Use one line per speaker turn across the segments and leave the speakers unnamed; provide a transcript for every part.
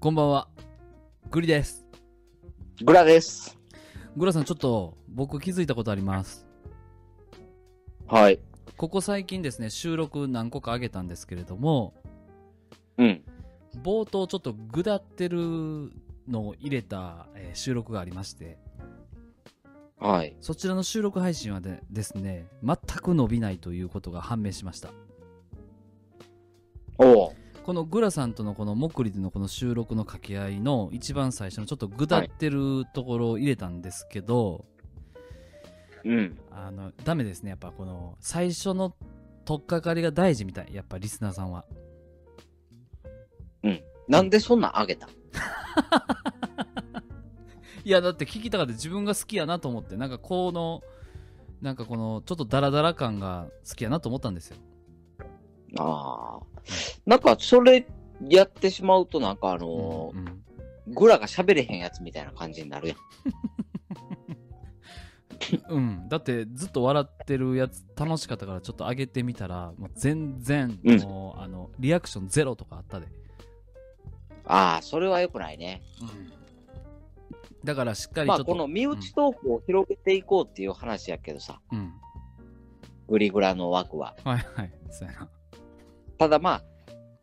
こんばんは。グリです。
グラです。
グラさん、ちょっと僕気づいたことあります。
はい。
ここ最近ですね、収録何個か上げたんですけれども、
うん。
冒頭ちょっとぐだってるのを入れた、えー収録がありまして、
はい。
そちらの収録配信はでですね、全く伸びないということが判明しました。
おう。
このグラさんとのこのモクリでのこの収録の掛け合いの一番最初のちょっとぐだってるところを入れたんですけど、
うん。
あの、ダメですね。やっぱこの、最初の取っかかりが大事みたい。やっぱリスナーさんは。
なんでそんなんあげた
いや、だって聞きたかった自分が好きやなと思って、なんかこの、なんかこの、ちょっとダラダラ感が好きやなと思ったんですよ。
ああ。なんか、それやってしまうと、なんかあの
うんうん
ーグラが喋れへんやつみたいな感じになるやん。
うん。だってずっと笑ってるやつ楽しかったからちょっと上げてみたら、もう全然、
うん
もう、あの、リアクションゼロとかあったで。
ああ、それは良くないね。
だからしっかりち
ま
ょっ
あ、
と。
この身内トークを広げていこうっていう話やけどさ、
うん。
グリグラの枠は。
はいはい。そうやな。
ただまあ、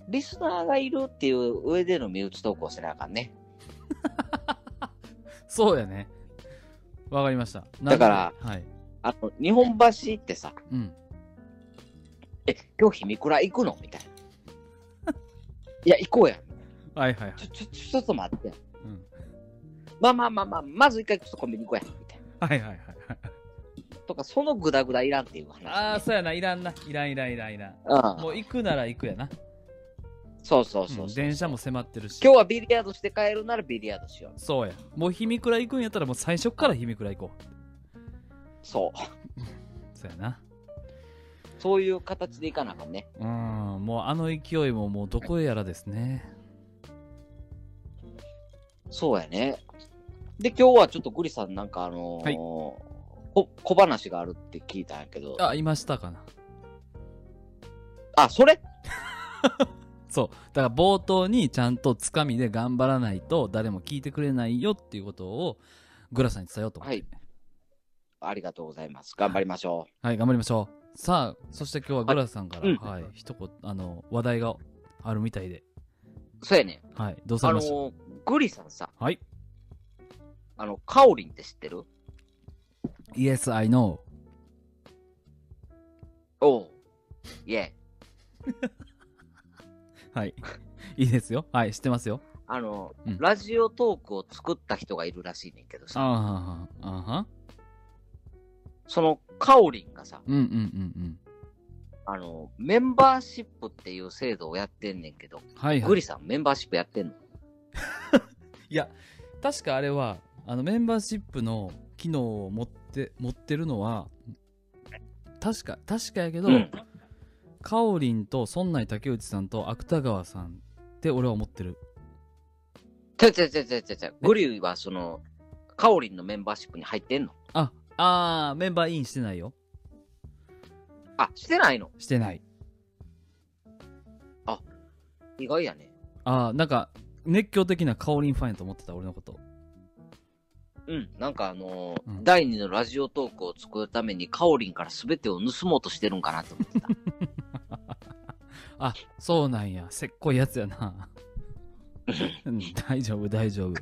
リスナーがいるっていう上での身内トークをせなあかんね。
そうやね。わかりました。
だから
なんではい。
あの、日本橋行ってさ、
うん。
え、今日ひみくら行くのみたいな。 いや、行こうや。
はいはいはい。
ちょ、ちょ、ちょっと待って。
うん
まあまあまあまあ、まず一回ちょっとコンビニ行こうや、みたい
はいはいはいはい。
な。とか、そのグダグダいらんっていう話、ね。
ああ、そうやな、いらんな。いらんいらんいらんいらん。
あ
もう行くなら行くやな。
そうそうそうそう、
うん電車も迫ってるし。
今日はビリヤードして帰るならビリヤードしよう。
そうや。もうひみくら行くんやったらもう最初っからひみくら行こう。
そう。
そうやな。
そういう形でいかなあかんね。
うん、もうあの勢いももうどこへやらですね。
そうやね。で、今日はちょっとグリさんなんかあのー
はい
こ小話があるって聞いたんやけど。あ、
あ、いましたかな。
それ
そう。だから冒頭にちゃんとつかみで頑張らないと誰も聞いてくれないよっていうことをグラさんに伝えようと思って。
はい。ありがとうございます。頑張りましょ
はい、頑張りましょう。さあ、そして今日はグラさんから、
はいうん
はい、一言、あの、話題があるみたいで。
う。そうやね。
はい、どうさ
あ
れ
の
ました、
ーグリさんさ、
はい。
あの、カオリンって知ってる
Yes, I know.
おう。いえ。
はい。いいですよ。はい、知ってますよ。
あの、
うん
ラジオトークを作った人がいるらしいねんけど
あ
さ、
はは、あは。
そのカオリンがさ、
うんうんうん
あの、メンバーシップっていう制度をやってんねんけど、
うん。はいは
グ
い。
リさんメンバーシップやってんの
いや、確かあれは、あの、メンバーシップの機能を持って、持ってるのは、確か、確かやけど、
うん
かおりんと、村内竹内さんと、芥川さんって俺は思ってる。
ちゃちゃちゃちゃちゃちゃ、グリはその、カオリンのメンバーシップに入ってんの
あ、あー、メンバーインしてないよ。
あ、してないの
してない。
意外やね。
あー、なんか、熱狂的なかおりんファンやと思ってた、俺のこと。
うん、なんかあのー
うん
第二のラジオトークを作るためにカオリンから全てを盗もうとしてるんかなと思ってた。
あ、そうなんや。せっこいやつやな。うん大丈夫、大丈夫。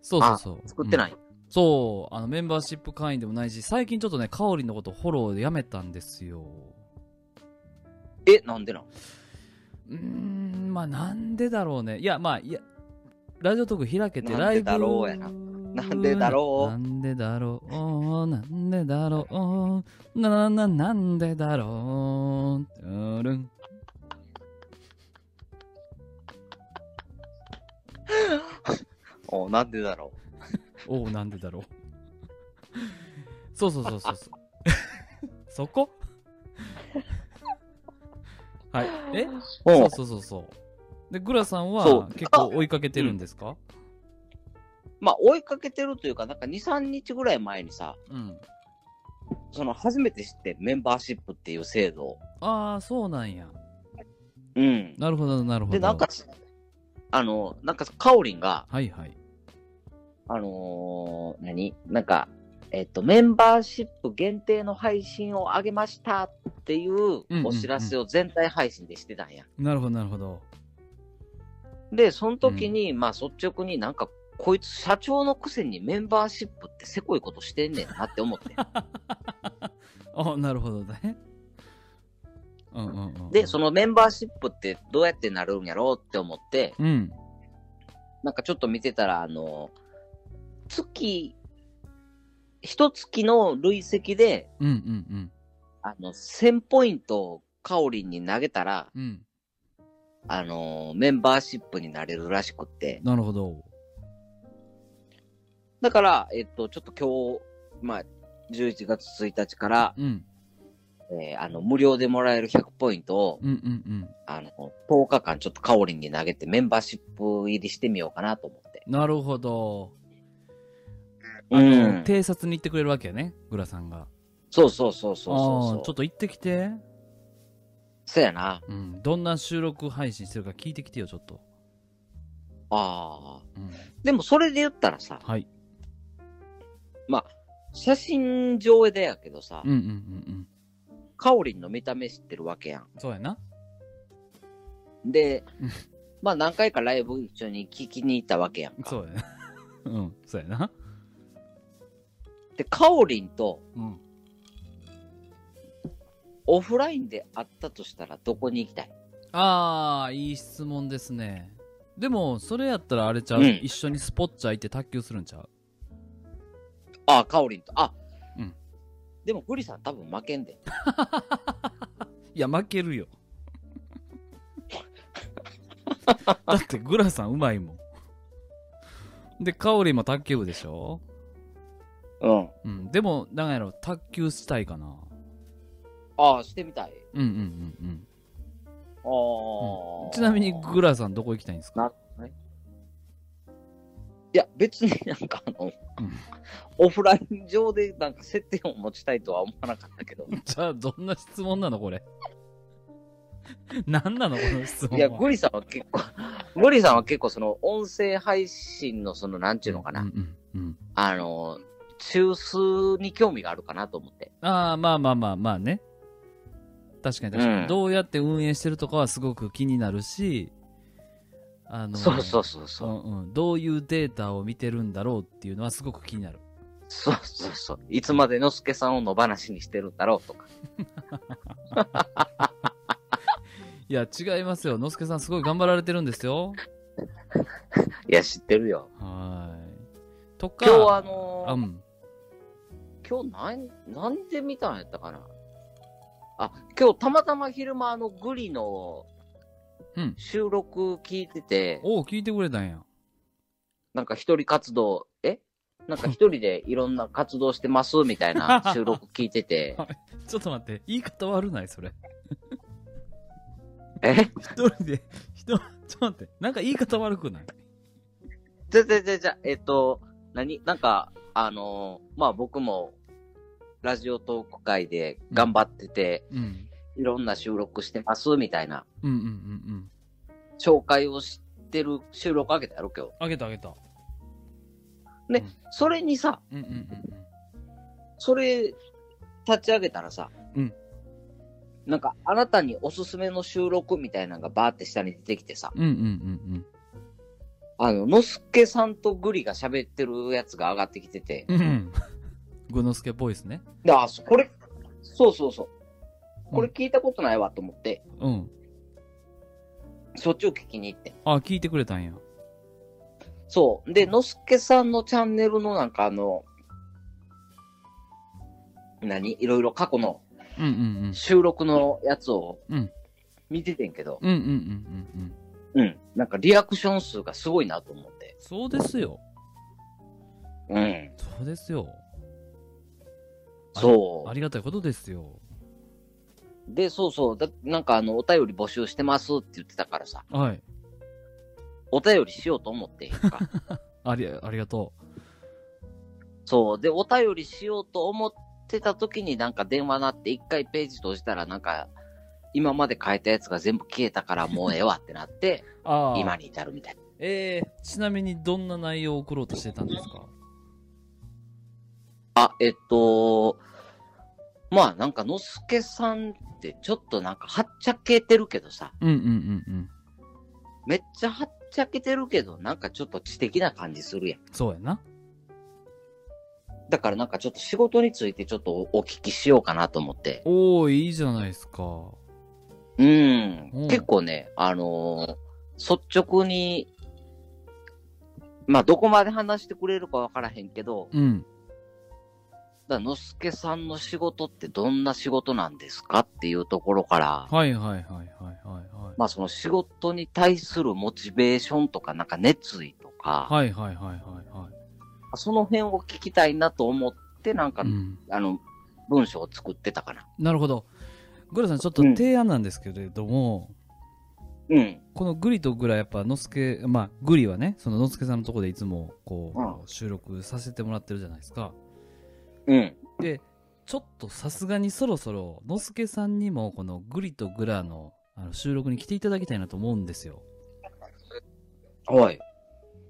そうそうそう。、
作ってないい。
そう、あの、メンバーシップ会員でもないし、最近ちょっとね、カオリンのことフォローでやめたんですよ。
え、なんでなん
うーん、まあ、なんでだろうね。いや、まあ、いや、ラジオトーク開けて
なん
ライ
で
ブ。
だろうやななんでだろう
なんでだろう。なんでだろう。な、な、なんでだろう。うるん。
おなんでだろ
おおなんでだろうそうそうそうそうそうそこはいえ
う。
そ
お
うそうそうそうでグラさん
そ
は
う
結構追いかけてるんですか
まあ、追いかけてるというか、なんか2、3日ぐらい前にさ、
うん、
その初めて知ってメンバーシップっていう制度を。
ああそうなんや
うん。
なるほどなるほど
で、なんか、あの、なんかさ、カオリンが、
はいはい。
あのー何なんか、えっと、メンバーシップ限定の配信を上げましたっていう
うんうん
お知らせを全体配信でしてたんや。
なるほど、なるほど。
で、その時に、まあ率直になんか、こいつ社長のくせにメンバーシップってせこいことしてんねんなって思って。
あなるほどね。うんうんうん。
で、そ、のメンバーシップってどうやってなるんやろうって思って、
うん。
なんかちょっと見てたら、あの、月、一月の累積で、
うんうんうん。
あの、1000ポイントをカオリンに投げたら、
うん。
あの、メンバーシップになれるらしくって。
なるほど。
だから、えっと、ちょっと今日、まあ、11月1日から、
うん。
えーあの、無料でもらえる100ポイントを、
うんうんうん。
あの、10日間ちょっとカオリンに投げてメンバーシップ入りしてみようかなと思って。
なるほど。
う
あの
ん。
偵察に行ってくれるわけやね、グラさんが。
そうそうそうそう
あ
そ
ー
う
ちょ
そ
っ
う。
と行ってきて。
そうやな。
うん。どんな収録配信してるか聞いてきてよ、ちょっと。
ああ。
うん。
でもそれで言ったらさ、
はい。
まあ、写真上映だやけどさ、
うんうんうんうん。
カオリンの見た目知ってるわけやん。
そうやな。
で
うん、
まあ何回かライブ一緒に聞きに行ったわけやんか。
そうやな。 うん。そうやな。
で、カオリンと
うん。
オフラインで会ったとしたらどこに行きたい
ああ、いい質問ですね。でも、それやったらあれちゃう、
うん
一緒にスポッチャ行って卓球するんちゃう
あ、カオリンと。あ、
うん
でもグリさん多分負けんで。
いや、負けるよ。 だって、グラさんうまいもん。で、カオリも卓球部でしょ
うん。
うん。でも、なんやろ、卓球したいかな。
ああ、してみたい。
うんうんうん
あ
う
あ
ん。ちなみに、グラさんどこ行きたいんですか
なはいいや、別になんかあの、
うん
オフライン上でなんか接点を持ちたいとは思わなかったけど。
じゃあ、どんな質問なのこれ。 何なのこの質問は。
いや、グリさんは結構、 グリさんは結構その音声配信のその、なんちゅうのかな、
うんうんうん。
あの、中枢に興味があるかなと思って。
ああ、まあまあまあまあね。確かに確かに。
うん
どうやって運営してるとかはすごく気になるし、あの、
そうそうそうそうう。
んうん、どういうデータを見てるんだろうっていうのはすごく気になる。
そうそうそう。いつまでのすけさんを野放しにしてるんだろうとか。
いや、違いますよ。のすけさんすごい頑張られてるんですよ。
いや、知ってるよ。
はーい。とか、
今日あのー
あうん。
今日何、何で見たんやったかなあ、今日たまたま昼間あのグリの
うん
収録聞いてて、
おう聞いてくれたんや。、
なんか一人活動、えなんか一人でいろんな活動してますみたいな収録聞いてて
ちょっと待って、言い方悪ないそれ。
え
一人で、一人、ちょっと待って、なんか言い方悪くない
じゃじゃじゃじゃ、えっ、と、何なんか、あのーまあ僕も、ラジオトーク会で頑張ってて、
うん。
いろんな収録してます、みたいな、
うんうんうんうん。
紹介をしてる収録あげたやろ、今日。
あげたあげた。
それにさ、
うんうんうんうん。
それ、立ち上げたらさ、
うん
なんか、あなたにおすすめの収録みたいなのがバーって下に出てきてさ、
うんうんうん
あの、のすけさんとグリが喋ってるやつが上がってきてて、
うん。うん。ぐのすけボイスね。
で、あ、そこれ、そうそうそう。
ん
これ聞いたことないわと思って、
うん。
そっちを聞きに行って。
あ、聞いてくれたんや。
そう。で、のすけさんのチャンネルのなんかあの、何いろいろ過去の
うんうんうん。
収録のやつを
うん
見ててんけど、
うんうんうんうんうん。
うん。なんかリアクション数がすごいなと思って。
そうですよ。
うん。
そうですよ。あ
そ
ありがたいことですよ。
う。で、そうそう。だなんかあの、お便り募集してますって言ってたからさ、
はい。
お便りしようと思ってんやんか。
あり、ありがと
そう。で、お便りしようと思ってた時になんか電話なって一回ページ閉じたらなんか、今まで変えたやつが全部消えたから もうええわってなって、
ああ。
今に至るみたいな。
えー、ちなみにどんな内容を送ろうとしてたんですか
あ、えっと、まあなんか、のすけさんってちょっとなんか、はっちゃけてるけどさ、
うんうんうんうん。
めっちゃはっちゃけてるけど、なんかちょっと知的な感じするやん。
そうやな。
だからなんかちょっと仕事についてちょっとおお聞きしようかなと思って。
おー、いいじゃないですか。
うん。
うん
結構ね、あのー率直に、まあどこまで話してくれるかわからへんけど、
うん。
だからのすけさんの仕事ってどんな仕事なんですかっていうところから、
はいはいはいはいはいはい。
まあその仕事に対するモチベーションとかなんか熱意とか、
はいはいはいはいはい。
その辺を聞きたいなと思って、なんか、
うん、
あの、文章を作ってたかな。
なるほど。グラさん、ちょっと提案なんですけれども、
うん。
このグリとグラやっぱのすけまあグリはねそののすけさんのところでいつもこう、
う
収録させてもらってるじゃないですか
うん。
でちょっとさすがにそろそろのすけさんにもこのグリとグラのあの収録に来ていただきたいなと思うんですよ
はい。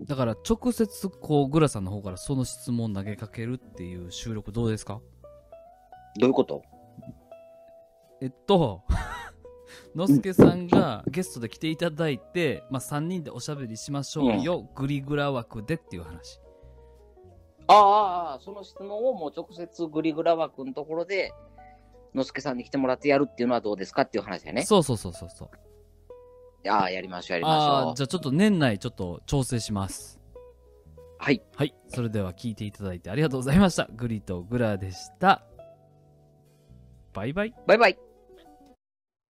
だから直接こうグラさんの方からその質問投げかけるっていう収録どうですか
どういうこと
えっと のすけさんがゲストで来ていただいて、まあ、3人でおしゃべりしましょうよ、グリグラ枠でっていう話
ああああ、その質問をもう直接グリグラ枠のところで、のすけさんに来てもらってやるっていうのはどうですかっていう話だよね。
そうそうそうそうそう
ああ、やりましょう、やり
ああ
ま
ー
しょ
じゃあちょっと年内ちょっと調整します
う。はい。
はいそれでは聞いていただいてありがとうございましたグリとグラでしたバイバイ
バイバイ。